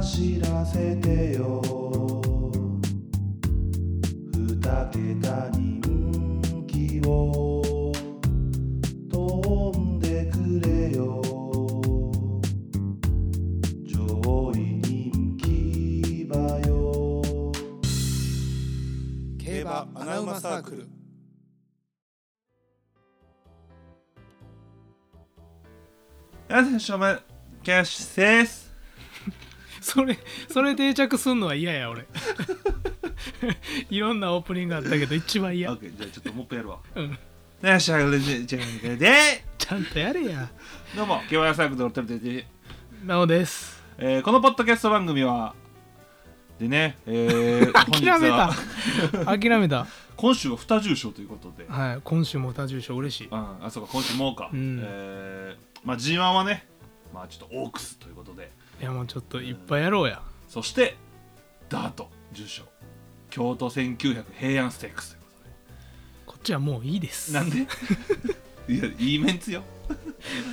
走らせてよ二桁人気を飛んでくれよ上位人気馬よ競馬アナウマサークルやでしょまキャッシュですそれそれ定着すんのは嫌や俺 いろんなオープニングあったけど一番オ嫌ッケーじゃあちょっともっとやるわうんなしゃぐれでじゃあでちゃんとやれやどうも競馬野菜部でおるてるなおですえーこのポッドキャスト番組はでね、えー本日 諦めたは諦めた今週は二重賞ということで、はい今週も多重賞嬉しいうん、あそうか今週もうか、うんえーまあ、G1 はね、まあ、ちょっとオークスということでいやもうちょっといっぱいやろうやそしてダート重賞京都1900平安ステークスということこっちはもういいですでなんでいやいいメンツよ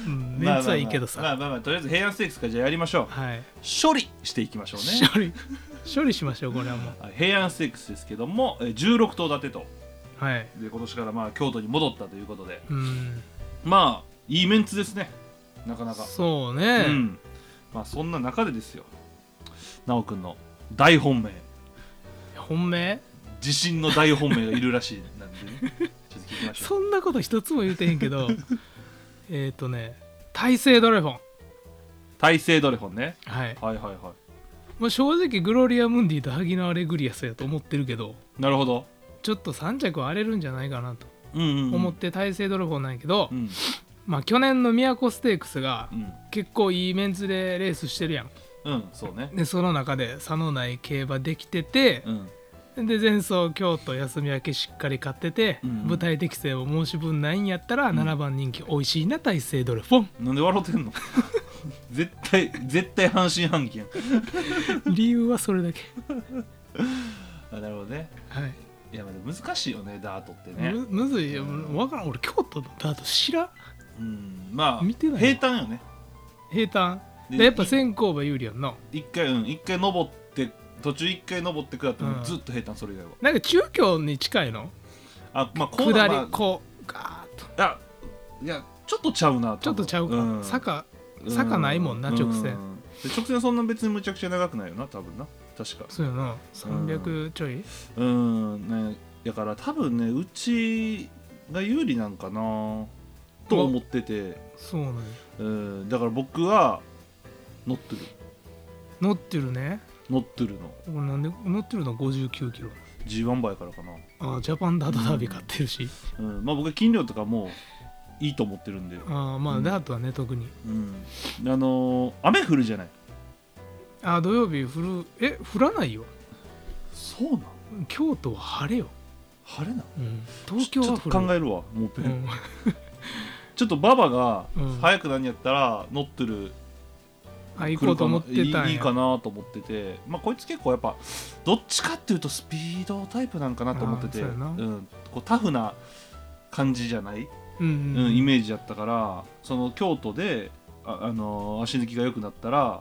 うんメンツはいいけどまさあまあまあ、まあまあまあとりあえず平安ステークスからじゃあやりましょはい、う処理していきましょうね処理処理しましょうこれはもうはい平安ステークスですけどもえー16頭立てとはいで今年からまあ京都に戻ったということでうんまあいいメンツですねなかなかそううね、んまあそんな中でですよ奈くんの大本命本命自信の大本命がいるらしいなんで ねちょっと聞きましょうそんなこと一つも言うてへんけ どえっとね大勢ドラゴン大勢ドレフォンねはいはいはいはまあ、正直グロリア・ムンディとハギのアレグリアスやと思ってるけどいなるほどちょっと3着は荒れるんじゃないかなとうんうんうん思って大勢ドラゴンなんやけど、うんまあ去年の宮古ステークスがうん結構いいメンツでレースしてるやんうんそうねでその中で差のない競馬できててう、んで前走京都休み明けしっかり勝ってて、うん舞台適性を申し分ないんやったらん7番人気美味しいな大勢ドラゴンなんで笑ってんの 絶対絶対半信半 疑やん理由はそれだけ、あなるほどねはいいやまあでも難しいよねダートってねむむずいよ分からん俺京都のダート知らんうんまあ見てないわ平坦よね平坦ででやっぱ先行馬有利やんな一回うん一回登って途中一回登って下ってもうんずっと平坦それ以外は、なんか中京に近いのあまあこう下りまあこうガーッとあいやちょっとちゃうなちょっとちゃうか、ん坂うん坂ないもんなう直線で直線そんな別にむちゃくちゃ長くないよな多分な確かそうやな300ちょい、うんねだから多分ねうちが有利なんかなと思っててそうなのようんだから僕は乗ってる乗ってるね乗ってるの俺なんで乗ってるの59キロ G1 倍からかなあージャパンダートダービー買ってるし、うんまあ僕は筋量とかもういいと思ってるんで、あーまうあんダートはね特にうん、あのー雨降るじゃないあー土曜日降るえ降らないよそうなん京都は晴れよ、晴れなのうん、東京ちょはっと降る考えるわもうペン、うんちょっとババがうん早く何やったら乗ってるあ行こうと思ってたんいやいいいかなと思っててまあこいつ結構やっぱどっちかっていうとスピードタイプなんかなと思ってて、あーそうやなんこうタフな感じじゃない、うんううんんうん、イメージだったからその京都であ、あのー足抜きが良くなったら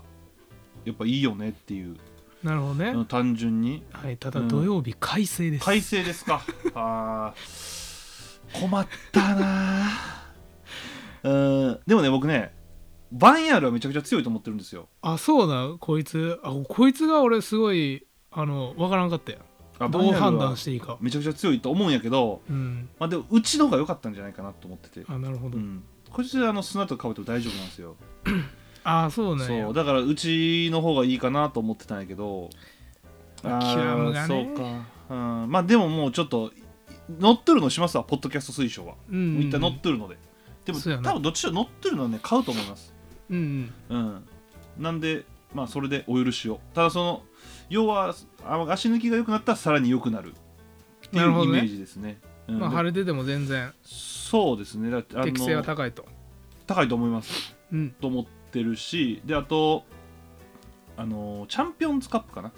やっぱいいよねっていう、なるほどね、うん単純にはい、ただうん土曜日快晴です、快晴です かあー困ったなーうんでもね僕ねバンヤールはめちゃくちゃ強いと思ってるんですよあそうだこいつあこいつが俺すごいあのわからんかったよあバンどうヤールは判断していいかめちゃくちゃ強いと思うんやけど、うんまあ、でもうちの方が良かったんじゃないかなと思ってて、あなるほうど、ん、こいつあの砂とかぶっても大丈夫なんですよあそうなんやそうだからうちの方がいいかなと思ってたんやけどまーあキュアムがねそうか、うん、まあでももうちょっと乗っとるのしますわポッドキャスト推奨はうん一旦乗っとるので、でもそうやな多分どっちか乗ってるのはね買うと思いますうんうんうんなんでまあそれでお許しをただその要はあ足抜きが良くなったらさらに良くなるっていなるほうイどねメージですねうんまあで晴れてても全然そうですねだってあの適性は高いと高いと思いますうんと思ってるしであとあのチャンピオンズカップかな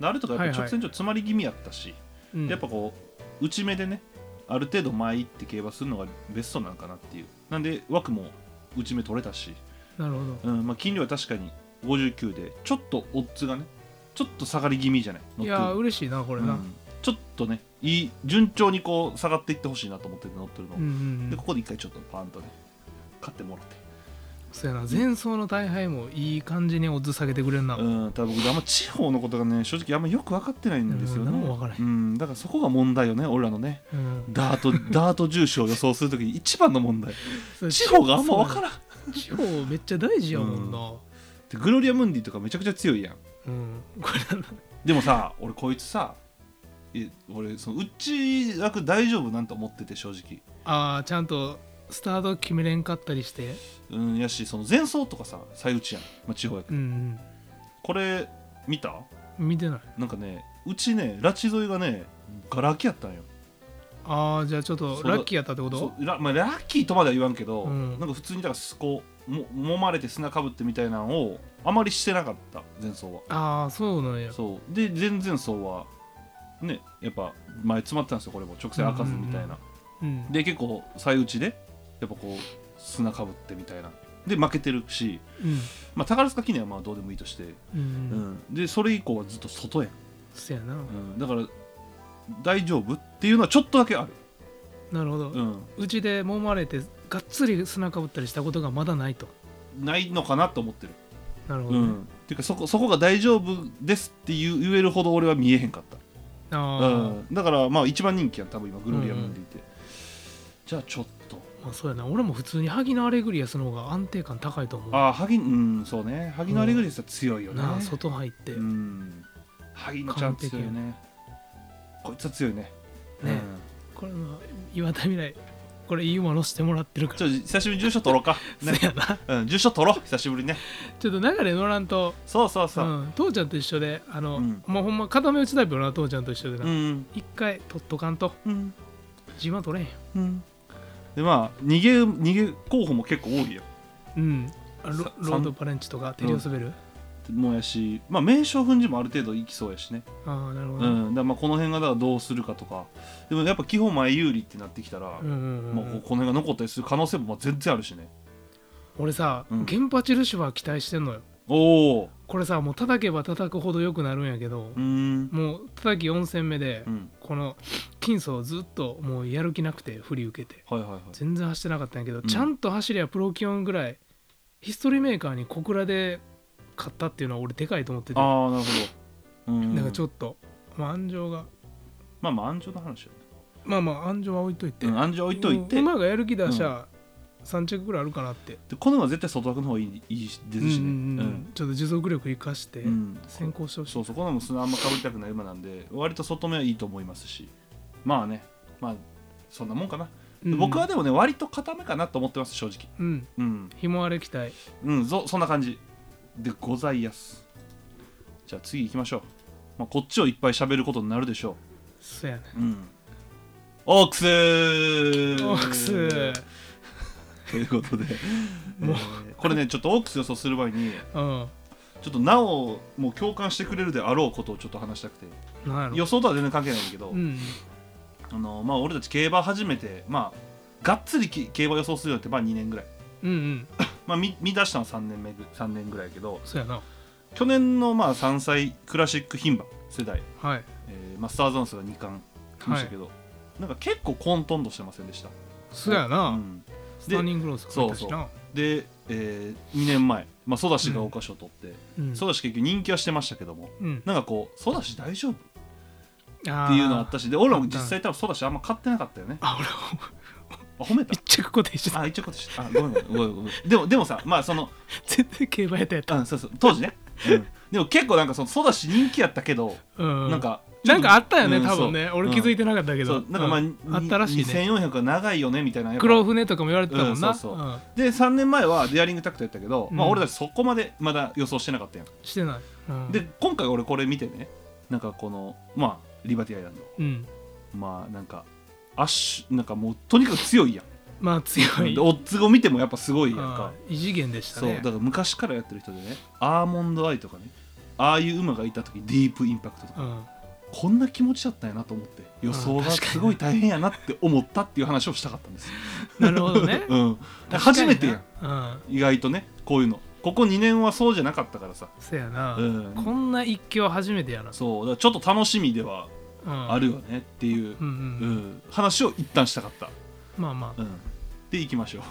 あれとかやっはいぱはい直線上詰まり気味やったし、うんやっぱこう内目でねある程度前行って競馬するのがベストなのかなっていうなんで枠も内目取れたし、なるほどうんまあ、金量は確かに59でちょっとオッズがねちょっと下がり気味じゃない乗っいてやるー嬉しいなこれうな、んちょっとねいい順調にこう下がっていってほしいなと思ってて乗ってるの、うんうんうでんここで一回ちょっとパーンとね買ってもらってそうやな前走の大敗もいい感じにオッズ下げてくれるな、うんただ僕あんま地方のことがね正直あんまよく分かってないんですよねうん何も分からへんうんだからそこが問題よね俺らのねうんダ ートダート重視を予想するときに一番の問題そう地方があんま分からん地方めっちゃ大事やもんな、でグロリア・ムンディとかめちゃくちゃ強いやんうん、これなんだでもさ俺こいつさえ俺そのうち楽大丈夫なんて思ってて正直ああちゃんとスタート決めれんかったりしてうんやしその前走とかさ最打ちやん、まあ、地方やけどうんこれ見たうん見てないなんかねうちね拉致沿いがねガラ空きやったんよああじゃあちょっとそうだラッキーやったってことそうラ,、まあ、ラッキーとまでは言わんけど、うんなんか普通にだからすこも揉まれて砂かぶってみたいなのをあまりしてなかった前走はああそうなんやそうで前々走はねやっぱ前詰まってたんですよこれも直線開かずみたいな、うんうんで結構最打ちでやっぱこう砂かぶってみたいなで負けてるし、うんまあ、宝塚記念はまあどうでもいいとして、うんううんんでそれ以降はずっと外へ、そやなうん、だから大丈夫っていうのはちょっとだけある、なるほどうん、うちで揉まれてがっつり砂かぶったりしたことがまだないとないのかなと思ってる、なるほうど、ねん、っていうかそこそこが大丈夫ですっていう言えるほど俺は見えへんかったああ、うん、だからまあ一番人気は多分今グロリアムでいて、じゃあちょっとまあ、そうやな俺も普通に萩のアレグリアスの方が安定感高いと思うああ萩うんそうね萩のアレグリスは強いよね、なあ外入って、うん萩野ちゃん強いよねこいつは強いねねうんこれの岩田未来これいいものしてもらってるかちょっと久しぶりに住所取ろう か、ら、ねそやなうん、住所取ろう久しぶりねちょっと流れ乗らんとそうそうそうう、ん、父ちゃんと一緒であの、うんもうほんま片目打ちタイプよな父ちゃんと一緒でうな、ん一回取っとかんとうん自分は取れへんようん、でまあ逃げ逃げ候補も結構多いようんあロさロードパレンチとかテリオスベル、もやしまあ名称粉塵もある程度いきそうやしね、ああなるほうど、うん、んだからまあこの辺がだからどうするかとかでもやっぱ基本前有利ってなってきたら、うんうんまあ、ここの辺が残ったりする可能性もまあ全然あるしね俺さ、うんゲンパチルシファー期待してんのよおおこれさもう叩けば叩くほど良くなるんやけど、うーんもう叩き4戦目で、うんこの金層ずっともうやる気なくて振り受けてはいはいはい全然走ってなかったんやけど、んちゃんと走りゃプロキオンぐらいヒストリーメーカーに小倉で勝ったっていうのは俺でかいと思っててああなるほどうんなんかちょっとっと、まあ、安城がまあまあ安城の話よまあまあ安城は置いといて、ね、うん、安城置いといて馬がやる気出しゃ、3着ぐらいあるかなって、でこのは絶対外枠の方がいいいいですしねうんうんうん、ちょっと持続力生かしてうん先行してほしい、そうそこのも砂あんまかぶりたくない馬なんで割と外目はいいと思いますしまあねまあそんなもんかな、うんうん僕はでもね割と固めかなと思ってます正直うんうんひもあれ期待うんそそんな感じでございやすじゃあ次行きましょう、まあ、こっちをいっぱい喋ることになるでしょうそやねうんオークスオークスということで、もうえーこれねちょっとオークス予想する前にうんちょっとなおもう共感してくれるであろうことをちょっと話したくてなんやろ予想とは全然関係ないんだけど、うんあのまあ、俺たち競馬初めてまあがっつりき競馬予想するようになってまあ2年ぐらい、うんうんまあ、見見出したの3年目ぐ3年ぐらいやけどそやな去年のまあ3歳クラシック牝馬世代、はいえーマスターズアンスが2冠来ましたけど、なんか結構混沌としてませんでした、そやな、うん、スターニングロースがいたしなで、えー2年前、まあ、ソダシが桜花賞を取って、うんソダシ結局人気はしてましたけどもうんなんかこうソダシ大丈夫っあーていうのあったしで俺も実あ際多分ソダシあんま買ってなかったよねあ俺あ褒めた 一着固定してたあ一応ことしたあごめんごめんごめんごめんでもでもさまあその全然競馬やったやったうんそうそう当時ね、うん、でも結構なんかそのソダシ人気やったけど、うんなんかなんかあったよね、うん多分ねそう俺気づいてなかったうけんそど、うなんかまあ、うにあったらしいね2400は長いよねみたいなやっぱ黒船とかも言われてたもんな、うんそうそうで3年前はデアリングタクトやったけど、まあ、うん俺たちそこまでまだ予想してなかったやんうんしてない、うん、で今回俺これ見てねなんかこのまあリバティアイランドうんまあなんかアッシュなんかもうとにかく強いやん、まあ強いでオッズを見てもやっぱすごいやんか、うん異次元でしたそうねだから昔からやってる人でねアーモンドアイとかねああいう馬がいた時ディープインパクトとか、うんこんな気持ちだったんやなと思って予想がすごい大変やなって思ったっていう 話をしたかったんですよ、なるほど ねうん、初めてやんうん意外とねこういうのここ2年はそうじゃなかったからさ、せやな、うんこんな一挙初めてやな、そうだからちょっと楽しみではうん、あるよねっていう、ううんうんん、話を一旦したかった、まあまあうん、で行きましょう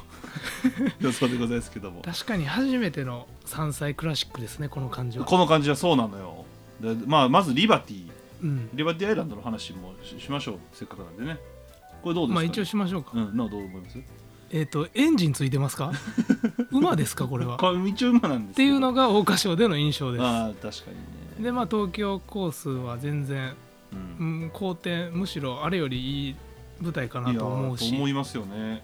予想でございますけ ども確かに初めての山菜クラシックですねこの感じは、この感じはそうなのよでまあ、まずリバティうん、リバティアイランドの話もししましょうせっかくなんでねこれどうですか、まあ一応しましょうか、うん、なあどう思いますえっ、とエンジンつい てますか馬ですかこれはっこれ一応馬なんですてけどいうのが桜花賞での印象ですああ確かにねでまあ東京コースは全然、ううんん、好転むしろあれよりいい舞台かいなやと思うーとし思いますよね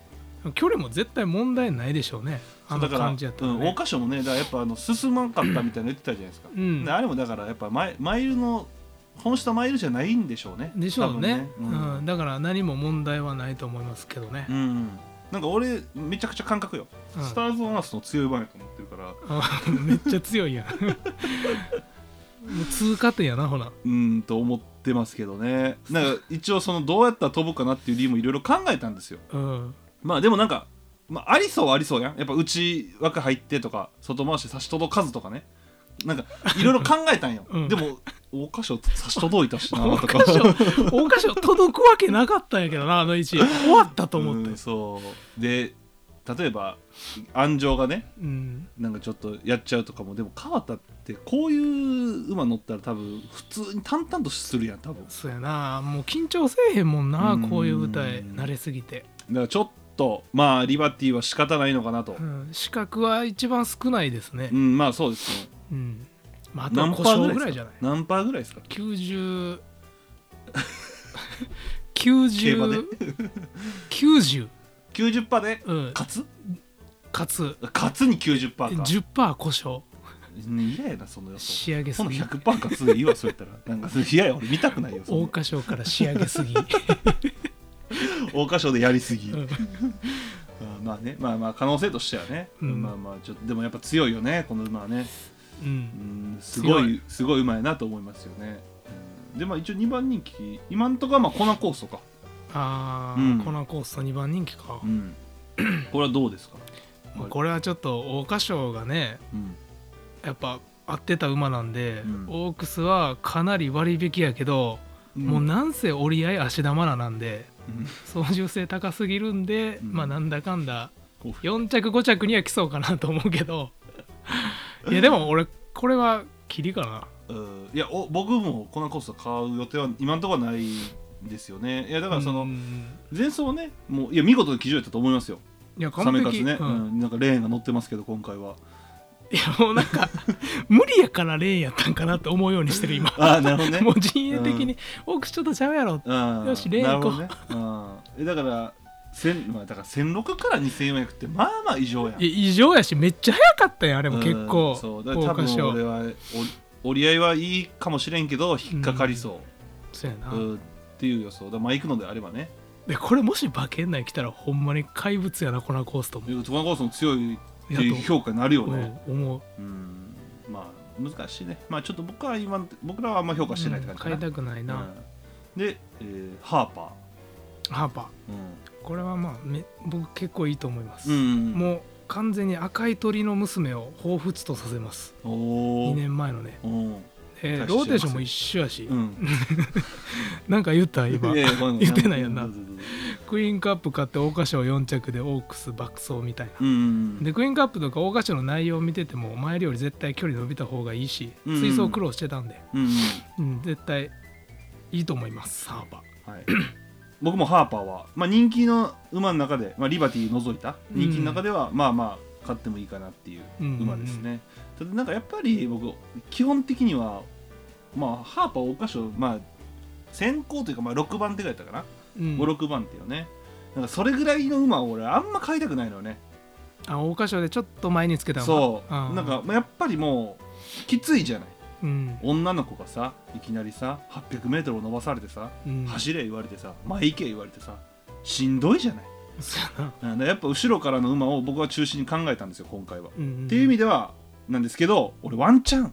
距離も絶対問題ないでしょうねあのだから感じやったら、うん桜ね花賞もねだからやっぱあの進まんかったみたいなの言ってたじゃないですか、うんであれもだからやっぱマイマイルの本したマイルじゃないんでしょうねでしょうね多う分んねだから何も問題はないと思いますけどねう、ん、うんなんか俺めちゃくちゃ感覚よ、うんスターズ・オン・アースの強い場面と思ってるからあ めっちゃ強いやんもう通過点やなほらうーんと思ってますけどねなんか一応そのどうやったら飛ぶかなっていう理由もいろいろ考えたんですようんまあでもなんか、まあ、ありそうはありそうやんやっぱ内枠入ってとか外回して差し届かずとかねなんかいろいろ考えたんよ、 うんでも桜花賞差し届いたしなとか桜花賞桜花賞届くわけなかったんやけどなあの位置終わったと思ったうんそうで例えば安城がねうん、なんかちょっとやっちゃうとかもでも川田ってこういう馬乗ったら多分普通に淡々とするやん多分だかそうやなもう緊張せえへんもんなうんこういう舞台慣れすぎて、らちょっとまあリバティは仕方ないのかなとう、ん、資格は一番少ないですねう、ん、まあそうですねうんまあ、あとは何故パーぐ障らいぐらでいすじゃかない何パーぐらいですか90競馬で90 90 90パーでうん勝つかつ勝つに90パーか10%故障ね嫌やなその予想仕上げすそのぎ100パー勝つでいいわそうやったらなんかそれ嫌や俺見たくないよそん桜な花賞から仕上げす ぎ、桜花賞でやりすぎ、 うんあまあねまあまあ可能性としてはね、うんまあまあちょっとでもやっぱ強いよねこの馬はねううんんすご強いすごい馬やなと思いますよね、うんでまあ一応2番人気今んとこはまあコナコースとか、ああ、うんこのコースの2番人気か、 うん、これはどうですか、まあこれはちょっと桜花賞がねうん、やっぱ合ってた馬なんで、うんオークスはかなり割引やけど、もうなんせ折り合い足玉らなんでうん操縦性高すぎるんで、うんまあなんだかんだこう4着5着には来そうかなと思うけ どいやでも俺これはキリかなうんいやお僕もコナコースを買う予定は今んとこはないんですよねいやだからその、うん前走はねもういや見事な騎乗やったと思いますよいやサ完メカ璧ツね、ううんんなんかレーンが乗ってますけど今回はいやもうなんか無理やからレーンやったんかなって思うようにしてる 今 ああなるほどねもう陣営的に「オークスちょっとちゃうやろうんよしレーン行こうなるほどね、うんえだから千まあだから1006から2400ってまあまあ異常や」んいや異常やしめっちゃ早かったやんあれも結うん構そうだから多分桜花賞俺はお折り合いはいいかもしれんけど引っかかりそそうやな、う、うんっていう予想だからまあ行くのであればねでこれもし馬券内来たらほんまに怪物やなこのコースと思トナコースも強いってやいとう評価になるよう、ねうん思ううんまあ難しいねまあちょっと僕は今僕らはあんま評価してないって感じかうんな、買いたくないな、うんで、えーハーパハーパー、うんーこれはまあめ僕結構いいと思います、うんもう完全に赤い鳥の娘を彷彿とさせますお2お年前のね、うんえー大してローテーションも一緒やし、うんなんか言った今いやいや ごめんごめん言ってないやんなどうぞどうぞクイーンカップ買って桜花賞4着でオークス爆走みたいな、うんでクイーンカップとか桜花賞の内容を見てても前より絶対距離伸びた方がいいしうん水槽苦労してたんで、うんうんうん、絶対いいと思いますサーバーはい僕もハーパーは、まあ、人気の馬の中で、まあ、リバティ除いたうん人気の中では、まあまあ勝ってもいいかなっていう馬ですね、ただなんかやっぱり僕基本的にはまあハーパー桜花賞まあ先行というかまあ6番手ぐらいだったかうんな、56番手よねなんかそれぐらいの馬を俺あんま買いたくないのよねあ桜花賞でちょっと前につけたのそうあーなんかまあやっぱりもうきついじゃないうん、女の子がさいきなりさ 800m を伸ばされてさうん、走れ言われてさ前行け言われてさしんどいじゃないそうやな、うんだからやっぱ後ろからの馬を僕は中心に考えたんですよ今回は、うんんっていう意味ではなんですけど俺ワンチャン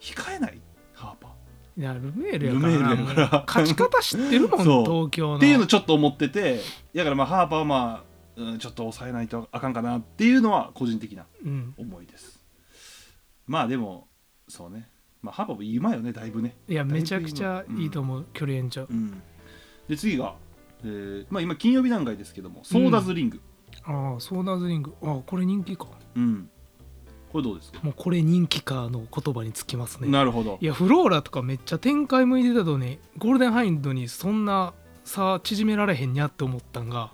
控えないハーパーいやルメールやからルメールやからもう勝ち方知ってるも んそう東京のっていうのちょっと思っててだからまあハーパーはまあ、うんちょっと抑えないとあかんかなっていうのは個人的なうん、思いですまあでもそうねまあハーパーも今よねだいぶねいやめちゃくちゃいいと思う、距離延長うんで次が、えーまあ、今金曜日段階ですけどもソーダズリングああソーダズリングああこれ人気かうん、これどうですか、もうこれ人気かの言葉につきますねなるほどいやフローラとかめっちゃ展開向いてたのにゴールデンハインドにそんな差縮められへんにゃって思ったんが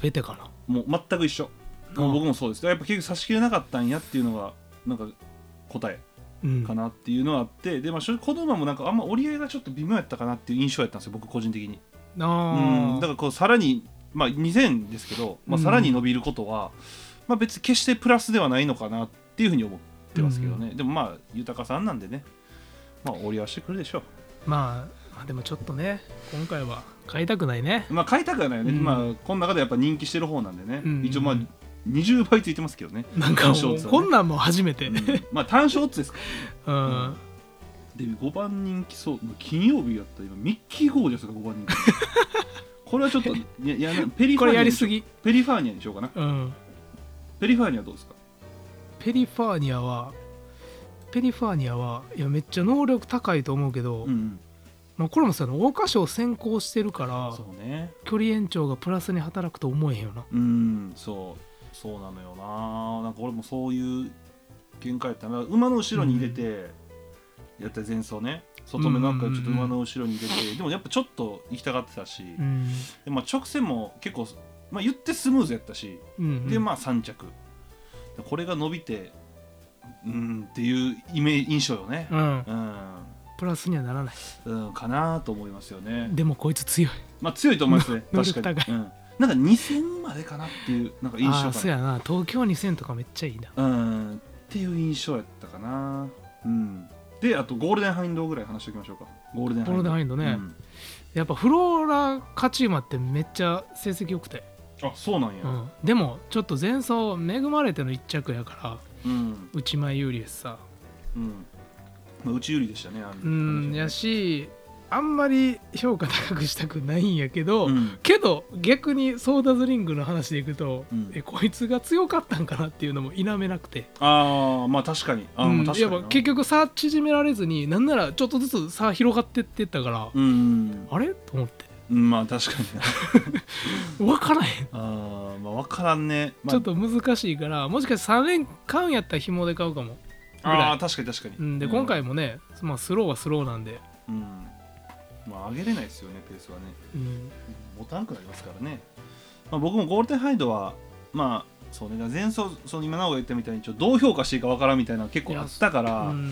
全てかもう全く一緒なもう僕もそうですやっぱ結局差し切れなかったんやっていうのがなんか答えうんかなっていうのはあって、でまあ正直子供もなんかあんま折り合いがちょっと微妙やったかなっていう印象やったんですよ僕個人的にうんあだからこうさらにまあ2000ですけど、まあ、うんさらに伸びることは、まあ別に決してプラスではないのかなっていうふうに思ってますけどね、でもまあ豊かさんなんでねまあ折り合わせてくるでしょまあまあでもちょっとね今回は買いたくないねうまあ買いたくはないよね、うんまあこの中でやっぱ人気してる方なんでね、うん一応まあ20倍ついてますけどね、なんか単勝もオッうズはねこんなんも初めてうんまあ単勝オッズですからうん、んで5番人気そう金曜日やったら今ミッキー・ゴージャスが5番人 気これはちょっといやいやなペリフこァーれニやャりにしすようぎペリファーニャにしようかなうんペリファーニャどうですかペリファーニアはペリファーニアはいやめっちゃ能力高いと思うけど、うんまあ、これもさ桜花賞先行してるからそうね距離延長がプラスに働くと思えへんよなうんそうそうなのよななんか俺もそういう見解やったな馬の後ろに入れてやった前走ね外目なんかちょっと馬の後ろに入れて、でもやっぱちょっと行きたがってたし、うん、でまあ、直線も結構、まあ、言ってスムーズやったしうんうんでまあ3着これが伸びてうんっていうイメージ印象よねうん、うん、プラスにはならないうん、かなと思いますよねでもこいつ強いまあ強いと思い ますね能確力かに高、うん、なんか2000までかなっていうなんか印象ああかそうなやな東京2000とかめっちゃいいなうんっていう印象やったかなうんであとゴールデンハインドぐらい話しておきましょうかゴールデンハゴイーンドルデンハインドね、やっぱフローラ勝ち馬ってめっちゃ成績良くて、うんあそうなんやう、ん、でもちょっと前走恵まれての一着やからうん内前有利ですさうんまあ、内有利でしたねあのうんやしあんまり評価高くしたくないんやけど、うんけど逆にソーダズリングの話でいくと、うんえこいつが強かったんかなっていうのも否めなくて、ああまあ確かにあー、うんまあ確かになやっぱ結局差縮められずになんならちょっとずつ差広がってってったから、うんあれと思ってうんまあ確かにな分からへん、あーまあ分からんね、まあ、ちょっと難しいからもしかして3連間やったら紐で買うかも、ぐらいああー確かに確かうに、ん、で今回もね、まあ、スローはスローなんで、うん、まあ上げれないですよねペースはねうん持たんくなりますからね、まあ、僕もゴールデンハイドはまあそうねだから前走その今なおが言ったみたいにちょっとどう評価していいか分からんみたいなの結構あったかうら、ん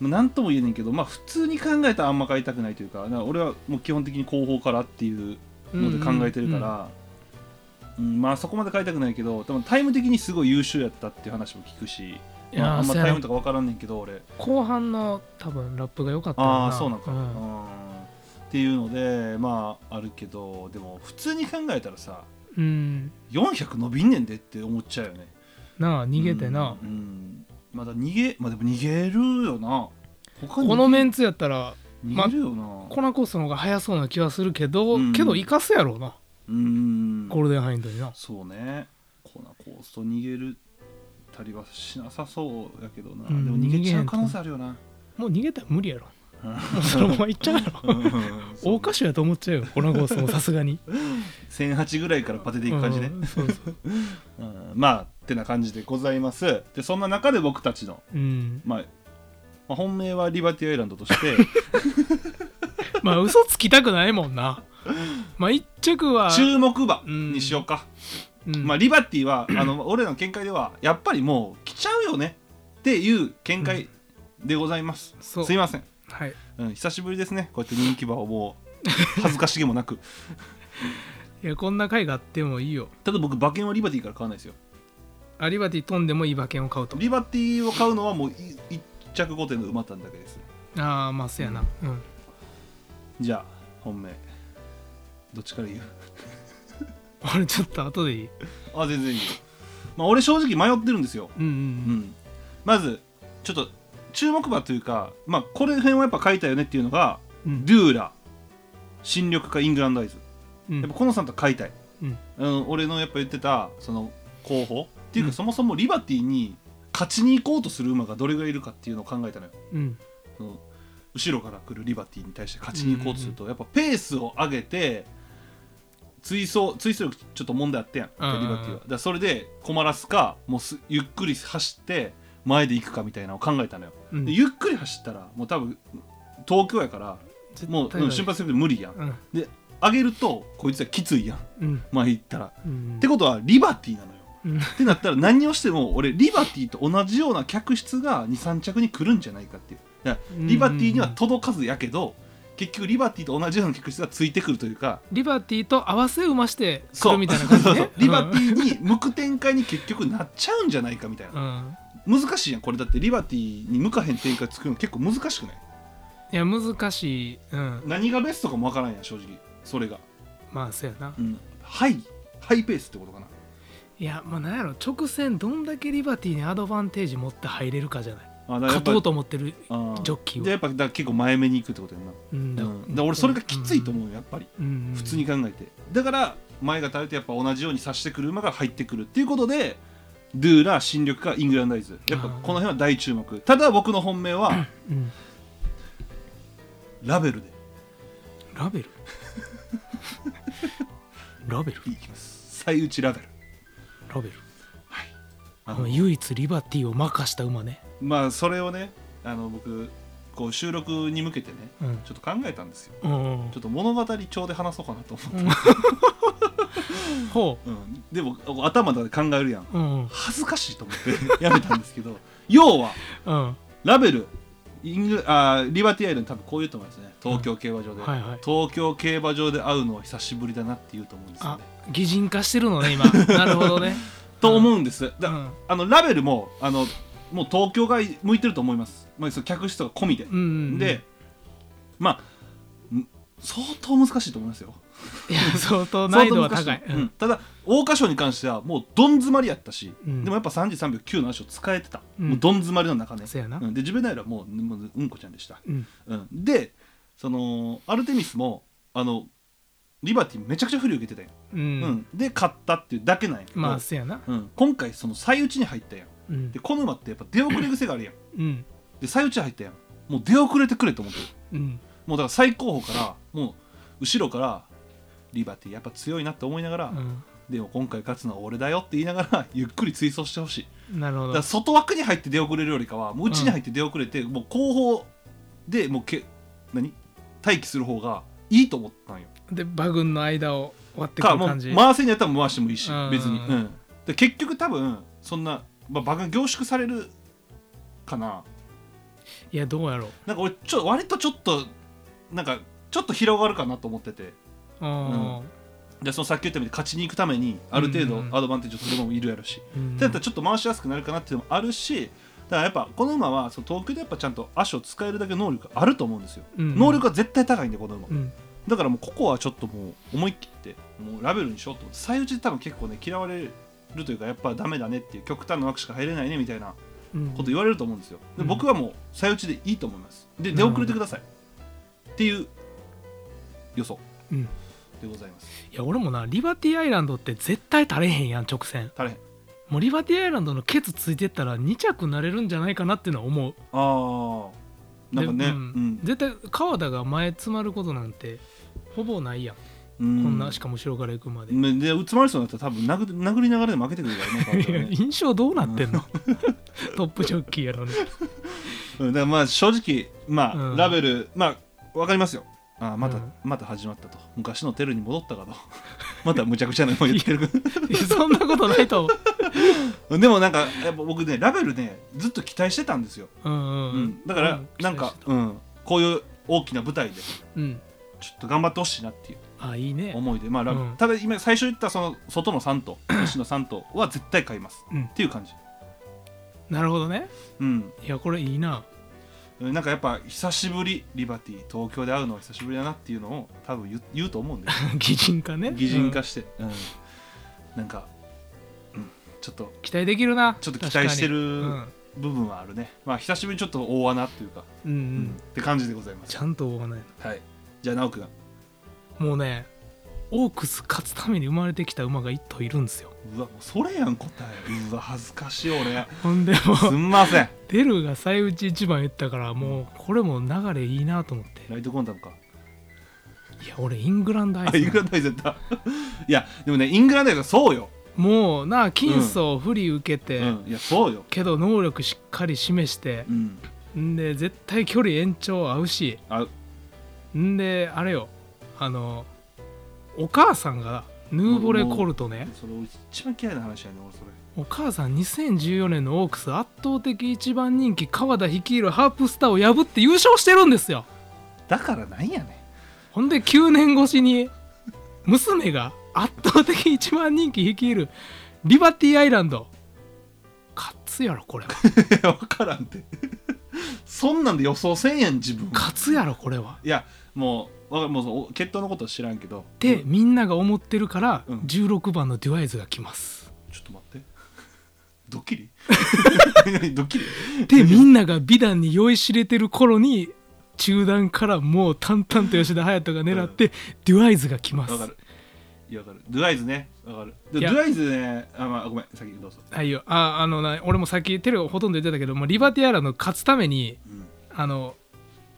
まあ、なんとも言えねんけどまあ普通に考えたらあんま買いたくないというかだから俺はもう基本的に後方からっていうので考えてるか、ら、うんまあそこまで買いたくないけど多分タイム的にすごい優秀やったっていう話も聞くし、いやまあ、あんまそうやなタイムとか分からんねんけど俺後半の多分ラップが良かったよああーそうなんか、ううんんっていうのでまああるけどでも普通に考えたらさうん400伸びんねんでって思っちゃうよねなあ逃げてな、うん、うんまだ逃げまあでも逃げるよな他にこのメンツやったら逃げるよな、コナコスの方が早そうな気はするけど、うんけど生かすやろうなうんゴールデンハインドになそうねコーナーコースト逃げるたりはしなさそうやけどな、うんでも逃げちゃう可能性あるよなもう逃げたら無 理やろもうそのまま行っちゃうやろ大歌し手やと思っちゃうよコナコスもさすがに1008ぐらいからパテ ていく感じね、うんそうそううんまあってな感じでございますでそんな中で僕たちの、うんまあ、まあ本命はリバティアイランドとしてまあ嘘つきたくないもんなまあ一着 は、注目馬にしようか、うんまあ、リバティはあの俺らの見解ではやっぱりもう来ちゃうよねっていう見解でございます、そうすいません、はいうん、久しぶりですねこうやって人気馬をもう恥ずかしげもなく いやこんな回があってもいいよただ僕馬券はリバティから買わないですよアリバティ飛んでもいい馬券を買うとリバティを買うのはもう1着5点の馬単だけですねああまあそうやなうんじゃあ本命どっちから言う俺ちょっと後でいいあ全然いいよまあ俺正直迷ってるんですようんううんんまずちょっと注目馬というかまあこれ辺はやっぱ書いたよねっていうのがうんうんデューラ新緑化イングランドアイズうんやっぱこのさんと買いたい、うんうん俺のやっぱ言ってたその候補っていうか、うんそもそもリバティに勝ちに行こうとする馬がどれぐらいいるかっていうのを考えたのようんその後ろから来るリバティに対して勝ちに行こうとすると、やっぱペースを上げて追走追走力ちょっと問題あったやん、うんうんうんリバティはだからそれで困らすかもうすゆっくり走って前で行くかみたいなのを考えたのよ、うんでゆっくり走ったらもう多分東京やから絶対もう、だうん、瞬発力で無理やんうん上げるとこいつはきついやんうん前行ったら、うんってことはリバティなのようんってなったら何をしても俺リバティと同じような客室が23着に来るんじゃないかっていうだからリバティには届かずやけど結局リバティと同じような客室がついてくるというかリバティと合わせ馬してくそるうみたいな感じそうそうね そうリバティに向く展開に結局なっちゃうんじゃないかみたいうんなうん難しいやんこれだってリバティに向かへん展開作るの結構難しくないいや難しいうん何がベストかもわからんやん正直それが、まあそうやなうん、ハイハイペースってことかないやまあなんやろ直線どんだけリバティにアドバンテージ持って入れるかじゃないあだからやっ勝ぱとうと思ってるあジョッキーはでやっぱだから結構前目に行くってことやんな、うんうん、だから俺それがきついと思うよやっぱりうん、うん普通に考えてだから前が垂れてやっぱ同じように刺してくる馬が入ってくるっていうことでドゥーラ新緑かイングランドアイズやっぱあーこの辺は大注目ただ僕の本命はうんラベルでラ ベルラベルいきます最内ラベルラベルああのの唯一リバティを任した馬ねまあそれをねあの僕こう収録に向けてねうんちょっと考えたんですようんちょっと物語調で話そうかなと思って、ほうん、でも頭で考えるやんううん恥ずかしいと思ってやめたんですけど 要はうんラベルイングあーリバティアイルン多分こう言うと思いますね東京競馬場で、はいはい東京競馬場で会うのは久しぶりだなって言うと思うんですよあね。擬人化してるの ね今なるほどねと思うんです。うだんあのラベルもあのもう東京が向いてると思います。まあ、その客室とか込みで。うんうんでまあん相当難しいと思いますよ。いや相当難易度は相当高難いしうんただ桜花賞に関してはもうどん詰まりやったし、うんでもやっぱ33秒9の足を使えてた、うんもうどん詰まりの中ね。そうやなうんでジュベナイルはもうもううんこちゃんでした。うんうん、でそのアルテミスもあのリバティめちゃくちゃ不利受けてたやんううんん、で勝ったっていうだけなんやけどまあそうやなうん、今回その最内に入ったやんうんでこの馬ってやっぱ出遅れ癖があるやんうんで最内に入ったやんもう出遅れてくれと思ってるうんもうだから最後方からもう後ろからリバティやっぱ強いなって思いながら、でも今回勝つのは俺だよって言いながら ゆっくり追走してほしいうんなるほだどから外枠に入って出遅れるよりかはもう内に入って出遅れて、もう後方でもうけ何待機する方がいいと思ったんよで馬群の間を割ってくかるもう感じ回せんやったら回してもいいしうん別に、うんうん、で結局多分そんな、まあ、場が凝縮されるかないやどうやろうなんか俺ちょ割とちょっとなんかちょっと広がるかなと思っててあでそのさっき言ったように勝ちに行くためにある程う度んうんアドバンテージを取るのもいるやろし、ーうんってなったらちょっと回しやすくなるかなっていうのもあるしだからやっぱこの馬はその東京でやっぱちゃんと足を使えるだけ能力があると思うんですよ、うん能力が絶対高いんでこの馬、うんだからもうここはちょっともう思い切ってもうラベルにしようと思って最内で多分結構ね嫌われるというかやっぱダメだねっていう極端な枠しか入れないねみたいなうんこと言われると思うんですよでうん僕はもう最内でいいと思いますでうん出遅れてくださいっていう予想うんいでございますや俺もなリバティアイランドって絶対垂れへんやん直線大変もうリバティアイランドのケツついてったら2着なれるんじゃないかなっていうのは思うああなんかねでううんん、絶対川田が前詰まることなんてほぼないやん、うん、こんなしかも後ろから行く まで、ねでうつまりそうになったら多分殴殴りながらで負けてくるからねいや印象どうなってんの、 トップジョッキーやのにうん、だからまあ正直まあ、うんラベルまあわかりますよあーまた、うんまた始まったと昔のテルに戻ったかと またむちゃくちゃなもん言ってるいやそんなことないと 思でもなんかやっぱ僕ねラベルねずっと期待してたんですよ、ううんうんううんん、だから、うなんか期待して、うん、こういう大きな舞台でちょたうんっと頑張ってほしいなっていうあいいね思いで、まあラベルうんただ今最初言ったその外の3頭 西の3頭は絶対買います、うんっていう感じなるほどねうんいやこれいいな なんかやっぱ久しぶりリバティ東京で会うのは久しぶりだなっていうのを多分言う言うと思うんです擬人化ね擬人化うんして、うんなんか、うんちょっと期待できるなちょっと期待してる確か部分はあるねまあ久しぶりにちょっと大穴っていうか、にうん、うんううんんって感じでございますちゃんと追わないはいじゃあ直くんもうねオークス勝つために生まれてきた馬が一頭いるんですようわもうそれやん答えうわ恥ずかしい俺ほんでもすうんませんデルが最打ち一番言ったからもうこれも流れいいなと思ってライトコンタムかいや俺イングランドアイあインスグランドアイスやった いやでもねイングランドアイスはそうよ、もうな金層不利受けて、うん、いやそうよけど能力しっかり示してうんんで絶対距離延長合うしあんであれよあのお母さんがヌーボレコルトねそれ俺一番嫌いな話やね俺それお母さん2014年のオークス圧倒的一番人気川田率いるハープスターを破って優勝してるんですよだからなんやねほんで9年越しに娘が圧倒的一番人気率いるリバティアイランド勝つやろこれは んいや分からんってそんなんで予想せんやん自分勝つやろこれはいやもうわかもうそうお決闘のことは知らんけどってうんみんなが思ってるからうん16番のデュアイズが来ますちょっと待って ドッキ リ何ドッキリでみんなが美談に酔いしれてる頃に中段からもう淡々と吉田隼人が狙ってデュアイズが来ますわかる。いや、わかる。ドゥアイズね。わかる。でいドやゥアイズね、あ、まあ、ごめん、先にどうぞ。はいよああのな俺もさっきテレビほとんど言ってたけどもうリバティアイランド勝つためにうん。あの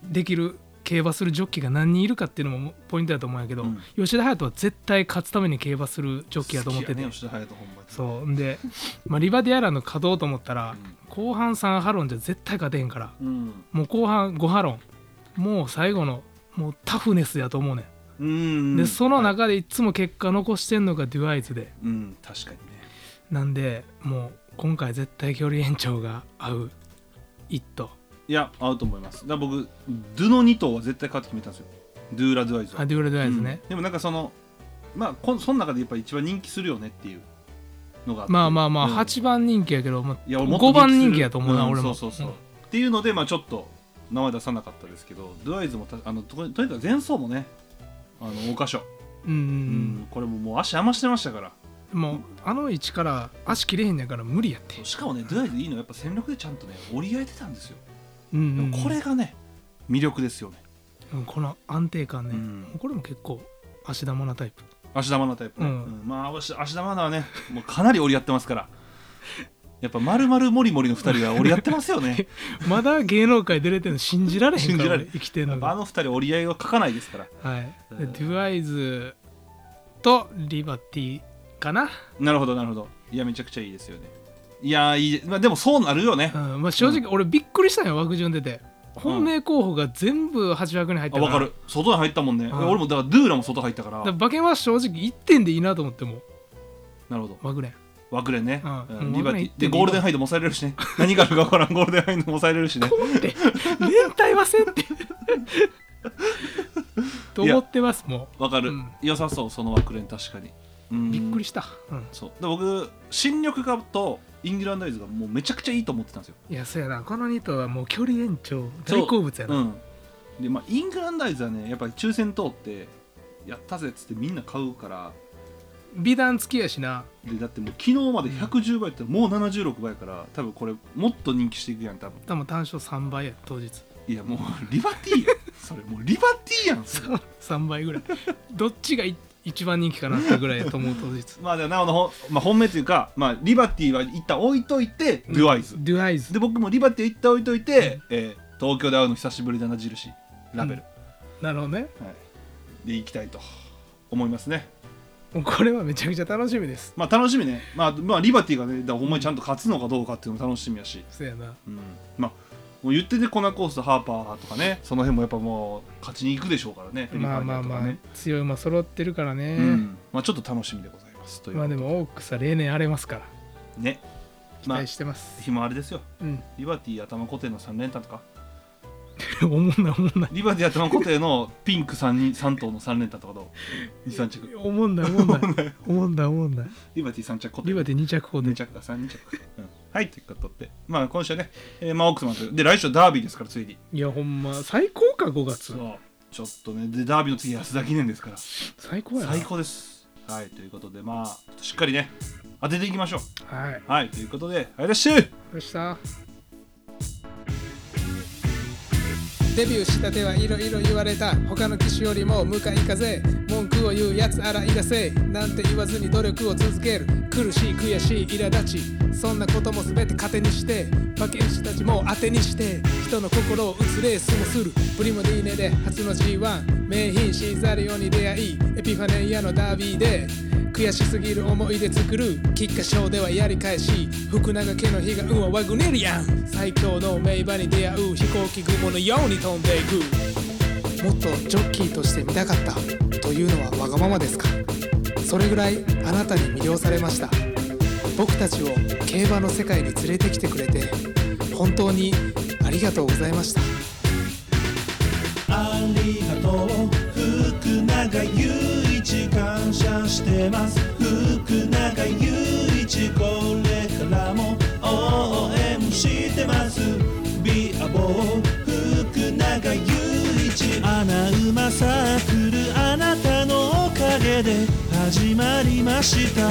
できる競馬するジョッキーが何人いるかっていうのもポイントだと思うんやけど、うん吉田隼人は絶対勝つために競馬するジョッキーだと思って好きて、やね、吉田隼人、ほんまに。そうんで、まあ、リバティアイランド勝とうと思ったら、後半3ハロンじゃ絶対勝てへんからうん。もう後半5ハロンもう最後のもうタフネスやと思うねうん。ん、でそのはい中でいつも結果残してんのがデュアイズでうん、確かにね。なんでもう今回絶対距離延長が合う一頭いや、合うと思います。だから僕、ドゥの2頭は絶対勝って決めたんですよ。ドゥーラ・ドゥアイズは。あデュアルデュアイズね、うんでもなんかその、まあ、こんその中でやっぱ一番人気するよねっていうのがってまあまあまあ、うん8番人気やけど、まあ、いや俺もっと5番人気やと思うな、ん俺もそうそうそう、っていうのでまあちょっと名前出さなかったですけどドゥアイズもたあのととにかく前走もねあの桜花賞、うん、うんうんこれももう足余してましたからうんもうあの位置から足切れへんやから無理やってしかもねドゥアイズいいのはやっぱ戦力でちゃんとね折り合えてたんですよ、うんでうんもこれがね魅力ですよねうんこの安定感ね、うんこれも結構足玉なタイプ足玉のタイプね、うんうんまあ足足玉のはねもうかなり折り合ってますからやっぱ丸々モリモリの2人は折り合ってます よねまだ芸能界出れてるの信じられへん信かじらられ俺生きてんやのっぱあが、の2人折り合いは書かないですからはい、でうんデュアイズとリバティかな、なるほどなるほどいやめちゃくちゃいいですよねいやーいい、まあ、でもそうなるよねうんまあ、正直俺びっくりしたんよ枠順出て本命候補が全部8枠に入っあた分かる外に入ったもんね、うん俺もだからドゥーラも外入ったからだから馬券は正直1点でいいなと思ってもなるほど枠連枠連ね、うんうんもリバうテ枠連行ィってでもいいわゴールデンハイドも抑えれるし ね何があるか分からんゴールデンハイドも抑えれるしねって連帯はせんって と思ってますも分かる、うん良さそうその枠連確かに、うびっくりしした、うん、そうで僕新緑株とイングランドアイズがもうめちゃくちゃいいと思ってたんですよ、いやそうやなこの2頭はもう距離延長大好物やな、うんでまあ、イングランドアイズはねやっぱり抽選通ってやったぜっつってみんな買うから美談付きやしなでだってもう昨日まで110倍やってもう76倍やから多分これもっと人気していくやん多分多分単勝3倍や当日いやもうリバティやんそれもうリバティやんそれ3倍ぐ らいどっちがい一番人気かなってぐらいやと思う当日まあでもなおのほん、まあ、本命というか、まあ、リバティは一旦置いといてデュアイズ、デュアイズで僕もリバティは一旦置いといて、えー東京で会うの久しぶりだな印ラベル、なるほどねはい、で行きたいと思いますねもうこれはめちゃくちゃ楽しみですまあ楽しみね、まあ、まあリバティがねだからほんまにちゃんと勝つのかどうかっていうのも楽しみやしそうやなうん、まあもう言っててコナコースとハーパーとかねその辺もやっぱもう勝ちに行くでしょうからねペリカまあーニまャあとまかあ、ね強い馬揃ってるからね、うんまあちょっと楽しみでございますというまあでも多くさ例年荒れますからね期まあ待してます、日もあれですようん リバティ頭固定の3連単とかおもんないおもんないリバティ頭固定のピンク 3, 3頭の3連単とかどう23着おもんないおもんないおもんないおもんないリバティ3着固定リバティ2着ほど2着か3着か、うん、はいということでまあ今週はね、えーまあ、奥様というで来週はダービーですからついにいやほんま最高か5月そうちょっとねでダービーの次安田記念ですから最高やな最高です。はい、ということで、まあ、しっかりね、当てていきましょう。はいはい、ということで、はい、らっしゃいどうしたデビューしたてはいろいろ言われた他の機種よりも向かい風文句を言うやつ洗い出せなんて言わずに努力を続ける苦しい悔しい苛立ちそんなことも全て糧にして馬券師たちも当てにして人の心を打つレースもするプリモディーネで初の G1 名品シーザリオに出会いエピファネイアのダービーで悔しすぎる思い出作る菊花賞ではやり返し福永家の悲願はワグネリアン最強の名馬に出会う飛行機雲のように飛んでいくもっとジョッキーとして見たかったというのはわがままですかそれぐらいあなたに魅了されました僕たちを競馬の世界に連れてきてくれて本当にありがとうございましたありがとう福永祐一感謝してます福永祐一これからも応援してますビアボー福永祐一穴馬サークルあなたのおかげで始まりました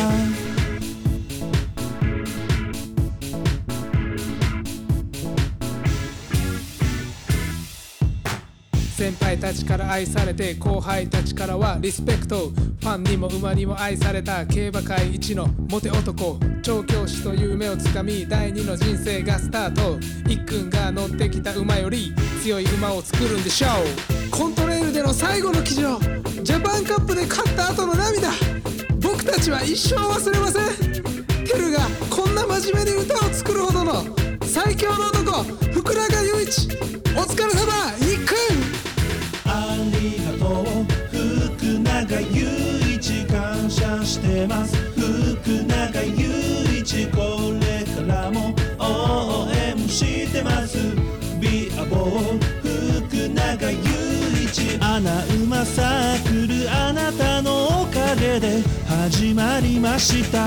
先輩たちから愛されて後輩たちからはリスペクトファンにも馬にも愛された競馬界一のモテ男調教師という夢をつかみ第二の人生がスタート一君が乗ってきた馬より強い馬を作るんでしょうコントレールでの最後の騎乗ジャパンカップで勝った後の涙僕たちは一生忘れませんテルがこんな真面目に歌を作るほどの最強の男福永祐一お疲れ様一君ありがとう福永祐一感謝してます福永祐一これからも応援してますビアボー福永祐一穴馬サークルあなたのおかげで始まりました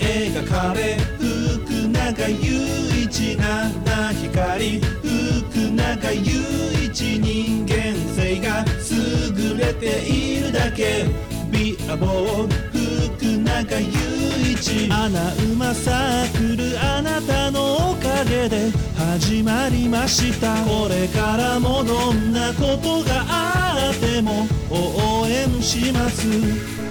前が彼福永祐一七光福永祐一人間性が優れているだけビアボー福永祐一穴馬サークルあなたのおかげで始まりましたこれからもどんなことがあっても応援します